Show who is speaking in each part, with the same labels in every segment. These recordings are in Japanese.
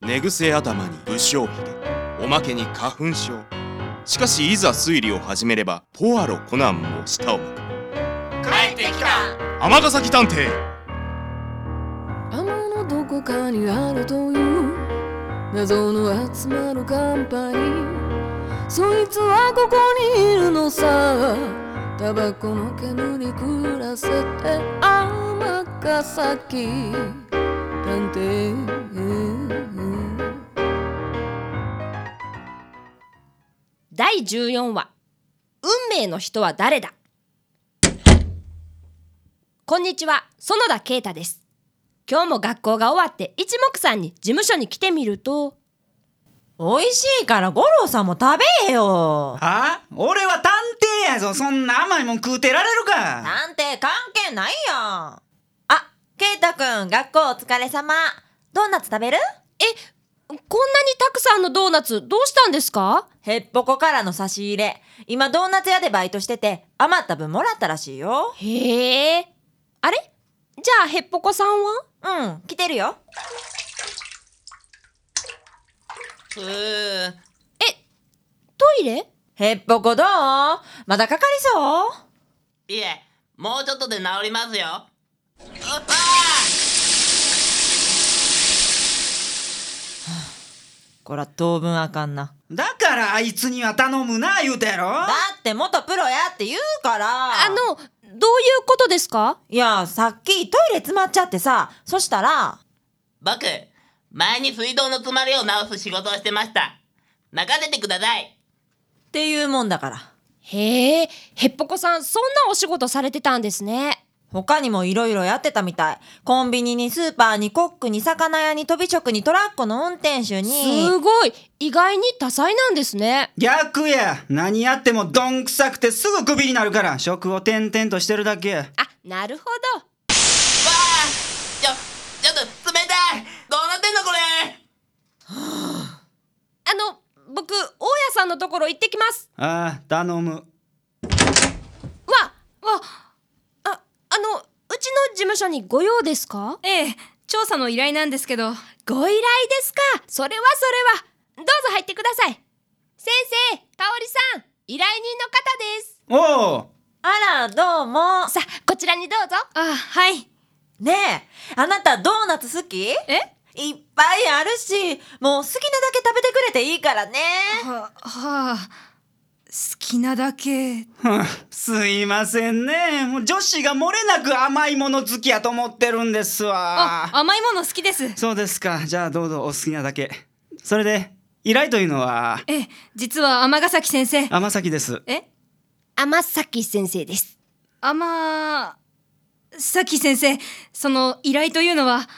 Speaker 1: 寝癖頭に不祥髭おまけに花粉症しかしいざ推理を始めればポアロコナンも舌を巻く
Speaker 2: 帰ってきた
Speaker 1: 尼崎探偵
Speaker 3: 天のどこかにあるという謎の集まるカンパニーそいつはここにいるのさタバコの煙に暮らせて天ヶ崎探偵
Speaker 2: 第14話運命の人は誰だこんにちは園田啓太です今日も学校が終わって一目散に事務所に来てみると
Speaker 4: 美味しいから五郎さんも食べえよ
Speaker 5: はあ俺は探偵やぞそんな甘いもん食うてられるか
Speaker 4: なんて関係ないやんあ、ケイタくん学校お疲れ様ドーナツ食べる
Speaker 2: えこんなにたくさんのドーナツどうしたんですか
Speaker 4: へっぽこからの差し入れ今ドーナツ屋でバイトしてて余った分もらったらしいよ
Speaker 2: へえあれじゃあヘッポコさんは
Speaker 4: うん来てるよふう
Speaker 2: トイレ
Speaker 4: へっぽこどうまだかかりそう
Speaker 6: いえ、もうちょっとで治りますよ。ああ
Speaker 4: こら当分あかんな
Speaker 5: だからあいつには頼むな言うたやろ
Speaker 4: だって元プロやって言うから
Speaker 2: あのどういうことですか
Speaker 4: いやさっきトイレ詰まっちゃってさそしたら
Speaker 6: 僕、前に水道の詰まりを直す仕事をしてました。任せてください。
Speaker 4: っていうもんだから
Speaker 2: へえヘッポコさんそんなお仕事されてたんですね
Speaker 4: 他にもいろいろやってたみたいコンビニにスーパーにコックに魚屋に飛び職にトラックの運転手に
Speaker 2: すごい意外に多彩なんですね
Speaker 5: 逆や何やってもどんくさくてすぐクビになるから職を転々としてるだけや
Speaker 2: あなるほど
Speaker 6: わあちょ、ちょっと冷たいどうなってんのこれ
Speaker 2: あの僕大家さんのところ行ってきます
Speaker 5: ああ頼む
Speaker 2: わわああのうちの事務所にご用ですか
Speaker 7: ええ、調査の依頼なんですけど、
Speaker 2: ご依頼ですかそれはそれはどうぞ入ってください先生香織さん依頼人の方
Speaker 5: お
Speaker 2: です
Speaker 5: お
Speaker 4: あらどうも
Speaker 2: さあこちらにどうぞ
Speaker 7: あ、はい。
Speaker 4: ねえあなたドーナツ好き
Speaker 7: え
Speaker 4: いっぱいあるしもう好きなだけ食べてくれていいからね
Speaker 7: は、はあ、好きなだけ。
Speaker 5: すいませんねもう女子が漏れなく甘いもの好きやと思ってるんです
Speaker 7: あ、
Speaker 5: わ
Speaker 7: 甘いもの好きです。
Speaker 5: そうですかじゃあどうぞお好きなだけそれで依頼というのは
Speaker 7: ええ、実は天ヶ崎先生。
Speaker 5: 天崎です
Speaker 7: え
Speaker 2: 天崎先生です
Speaker 7: 天、崎先生、その依頼というのは、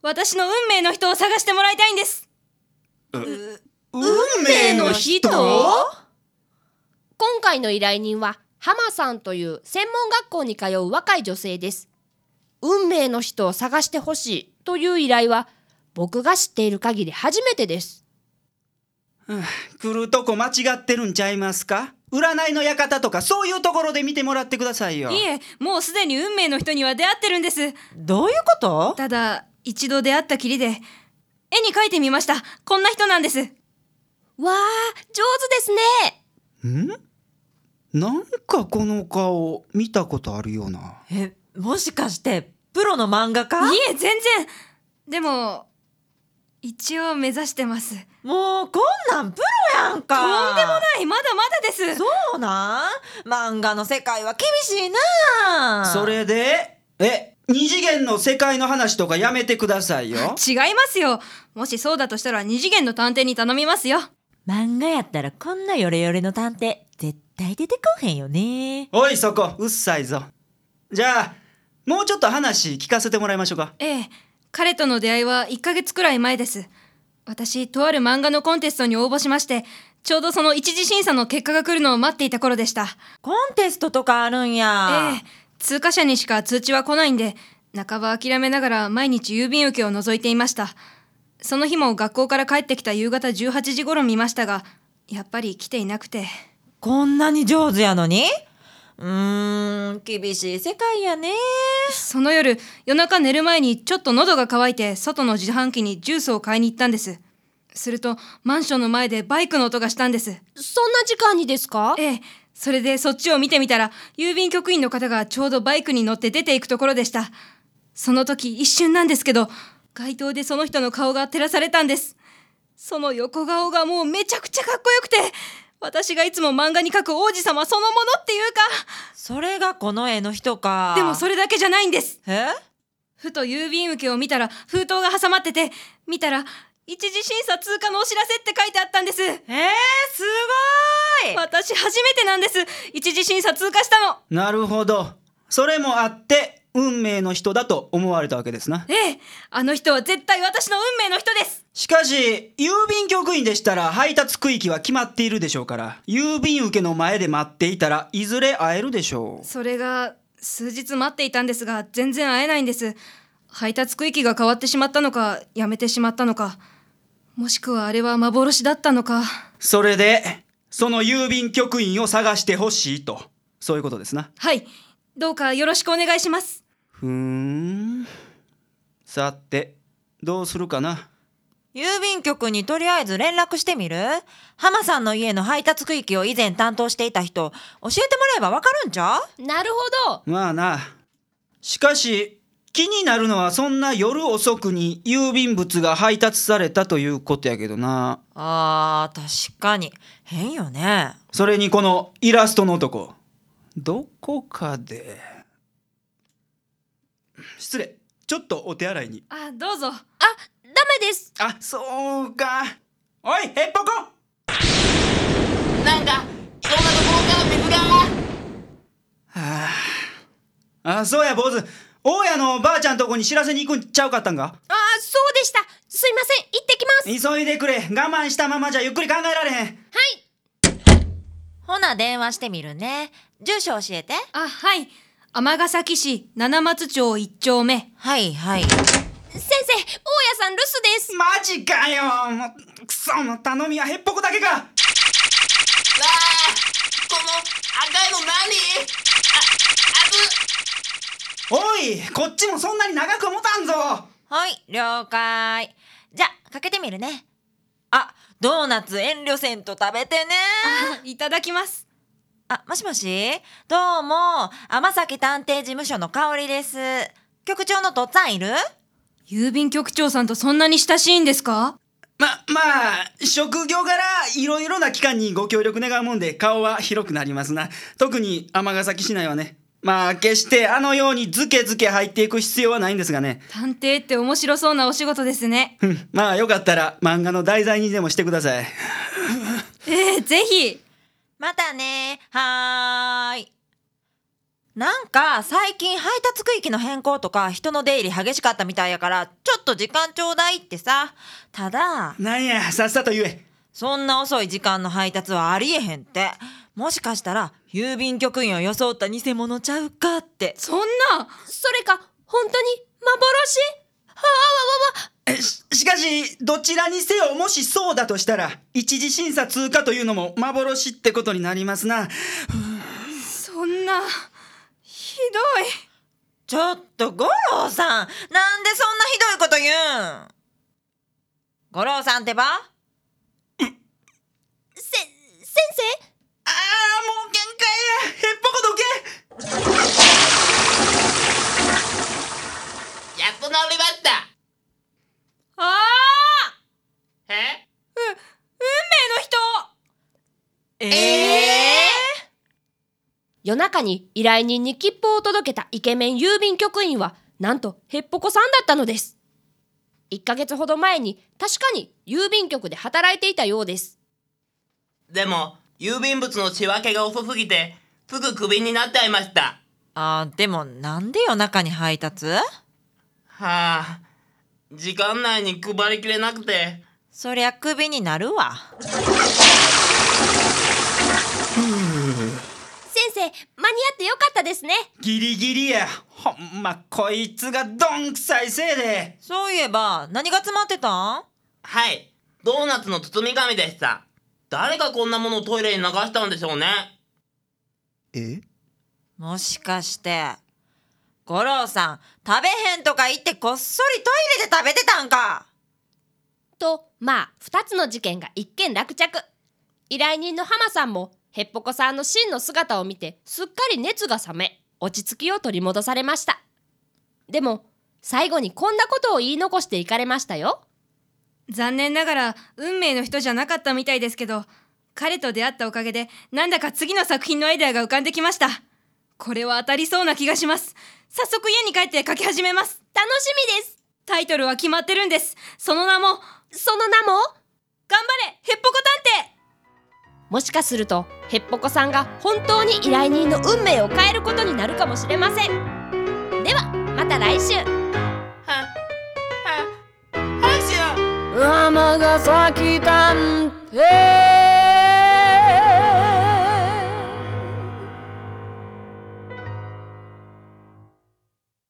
Speaker 7: 私の運命の人を探してもらいたいんです。
Speaker 5: 運
Speaker 2: 命の人今回の依頼人は浜さんという専門学校に通う若い女性です運命の人を探してほしいという依頼は僕が知っている限り初めてです
Speaker 5: 来るとこ間違ってるんちゃいますか占いの館とかそういうところで見てもらってくださいよ
Speaker 7: いえ、もうすでに運命の人には出会ってるんです。
Speaker 4: どういうこと
Speaker 7: ただ、一度出会ったきりで、絵に描いてみました。こんな人なんです。
Speaker 2: わあ上手ですね
Speaker 5: んなんかこの顔見たことあるような
Speaker 4: えもしかしてプロの漫画家
Speaker 7: いえ全然でも一応目指してますとん
Speaker 4: もうこんなんプロやんか
Speaker 7: でもないまだまだです
Speaker 4: そうなん漫画の世界は厳しいな
Speaker 5: それでえ二次元の世界の話とかやめてくださいよ
Speaker 7: 違いますよもしそうだとしたら二次元の探偵に頼みますよ
Speaker 4: 漫画やったらこんなヨレヨレの探偵絶対出てこへんよね
Speaker 5: おいそこうっさいぞじゃあもうちょっと話聞かせてもらいましょうか
Speaker 7: ええ彼との出会いは1ヶ月くらい前です私とある漫画のコンテストに応募しましてちょうどその一次審査の結果が来るのを待っていた頃でした
Speaker 4: コンテストとかあるんや
Speaker 7: ええ通過者にしか通知は来ないんで半ば諦めながら毎日郵便受けを覗いていましたその日も学校から帰ってきた夕方18時頃見ましたがやっぱり来ていなくて
Speaker 4: こんなに上手やのにうーん厳しい世界やね
Speaker 7: その夜、夜中寝る前にちょっと喉が渇いて、外の自販機にジュースを買いに行ったんです。すると、マンションの前でバイクの音がしたんです。
Speaker 2: そんな時間にですか
Speaker 7: ええ、それでそっちを見てみたら、郵便局員の方がちょうどバイクに乗って出ていくところでした。その時一瞬なんですけど、街灯でその人の顔が照らされたんです。その横顔がもうめちゃくちゃかっこよくて、私がいつも漫画に描く王子様そのものっていうか、
Speaker 4: それがこの絵の人か
Speaker 7: でもそれだけじゃないんです。
Speaker 4: え
Speaker 7: ふと郵便受けを見たら封筒が挟まってて見たら一次審査通過のお知らせって書いてあったんです
Speaker 4: えー、すごい
Speaker 7: 私初めてなんです一次審査通過したの
Speaker 5: なるほどそれもあって運命の人だと思われたわけですな
Speaker 7: ええあの人は絶対私の運命の人です
Speaker 5: しかし郵便局員でしたら配達区域は決まっているでしょうから郵便受けの前で待っていたらいずれ会えるでしょう
Speaker 7: それが数日待っていたんですが全然会えないんです配達区域が変わってしまったのかやめてしまったのかもしくはあれは幻だったのか
Speaker 5: それでその郵便局員を探してほしいとそういうことですな
Speaker 7: はいどうかよろしくお願いします
Speaker 5: ふーんさてどうするかな
Speaker 4: 郵便局にとりあえず連絡してみる浜さんの家の配達区域を以前担当していた人教えてもらえばわかるんちゃう
Speaker 2: なるほど
Speaker 5: まあなしかし気になるのはそんな夜遅くに郵便物が配達されたということやけどな
Speaker 4: あー確かに変よね
Speaker 5: それにこのイラストの男どこかで失礼ちょっとお手洗いに
Speaker 7: あどうぞ
Speaker 2: ダメです
Speaker 5: あそうかおいヘッポコ
Speaker 6: なんかいろんなところから水が
Speaker 5: あそうや坊主大家のばあちゃんとこに知らせに行くんちゃうかったんか
Speaker 2: ああそうでしたすいません行ってきます
Speaker 5: 急いでくれ我慢したままじゃゆっくり考えられへん
Speaker 4: ほな電話してみるね住所教えて
Speaker 7: あはい尼崎市七松町一丁目
Speaker 4: はいはい
Speaker 2: 先生大家さん留守です
Speaker 5: マジかよもうくそもう頼みはヘッポコだけか
Speaker 6: あーこの赤いの何あ
Speaker 5: おいこっちもそんなに長く持たんぞ
Speaker 4: はい了解じゃかけてみるねあドーナツ遠慮せんと食べてね
Speaker 7: いただきます
Speaker 4: あ、もしもしどうも、天崎探偵事務所の香りです。局長のとっつぁんいる
Speaker 7: 郵便局長さんとそんなに親しいんですか
Speaker 5: ま、まあ、職業柄、いろいろな機関にご協力願うもんで、顔は広くなりますな。特に、尼崎市内はね。まあ、決してあのようにズケズケ入っていく必要はないんですがね。
Speaker 7: 探偵って面白そうなお仕事ですね
Speaker 5: うんまあ、よかったら、漫画の題材にでもしてください。
Speaker 7: ええぜひ
Speaker 4: またねはーい。なんか、最近配達区域の変更とか、人の出入り激しかったみたいやから、ちょっと時間ちょうだいってさ。ただ、
Speaker 5: なんや、さっさと言え。
Speaker 4: そんな遅い時間の配達はありえへんって。もしかしたら、郵便局員を装った偽物ちゃうかって。
Speaker 7: そんな
Speaker 2: それか本当に幻ああわわわ
Speaker 5: えししかし、どちらにせよ、もしそうだとしたら、一次審査通過というのも幻ってことになりますな。
Speaker 7: そんなひどい
Speaker 4: ちょっと、五郎さん、なんでそんなひどいこと言うん五郎さんってば
Speaker 2: せ先生
Speaker 5: ああ、もう限界や。へっぽこどけ。
Speaker 6: ずやっと治りました
Speaker 7: あ
Speaker 6: え
Speaker 4: え
Speaker 2: 夜中に依頼人に切符を届けたイケメン郵便局員はなんとヘッポコさんだったのです1ヶ月ほど前に確かに郵便局で働いていたようです
Speaker 6: でも郵便物の仕分けが遅すぎてすぐクビになっちゃいました
Speaker 4: あーでもなんで夜中に配達
Speaker 6: はあ時間内に配りきれなくて
Speaker 4: そりゃクビになるわ
Speaker 2: 先生間に合ってよかったですね
Speaker 5: ギリギリや。ほんま、こいつがどんくさいせいで。
Speaker 4: そういえば何が詰まってたん
Speaker 6: はいドーナツの包み紙でした誰がこんなものをトイレに流したんでしょうね
Speaker 5: え
Speaker 4: もしかして五郎さん食べへんとか言ってこっそりトイレで食べてたんか
Speaker 2: とまあ2つの事件が一件落着依頼人の浜さんもヘッポコさんの真の姿を見てすっかり熱が冷め落ち着きを取り戻されましたでも最後にこんなことを言い残していかれましたよ
Speaker 7: 残念ながら運命の人じゃなかったみたいですけど彼と出会ったおかげでなんだか次の作品のアイデアが浮かんできましたこれは当たりそうな気がします早速家に帰って書き始めます
Speaker 2: 楽しみです
Speaker 7: タイトルは決まってるんですその名も頑
Speaker 2: その名も
Speaker 7: 張れヘッポコ探偵
Speaker 2: もしかするとヘッポコさんが本当に依頼人の運命を変えることになるかもしれませんではまた来週
Speaker 6: は、は、はしよう
Speaker 3: 尼崎探偵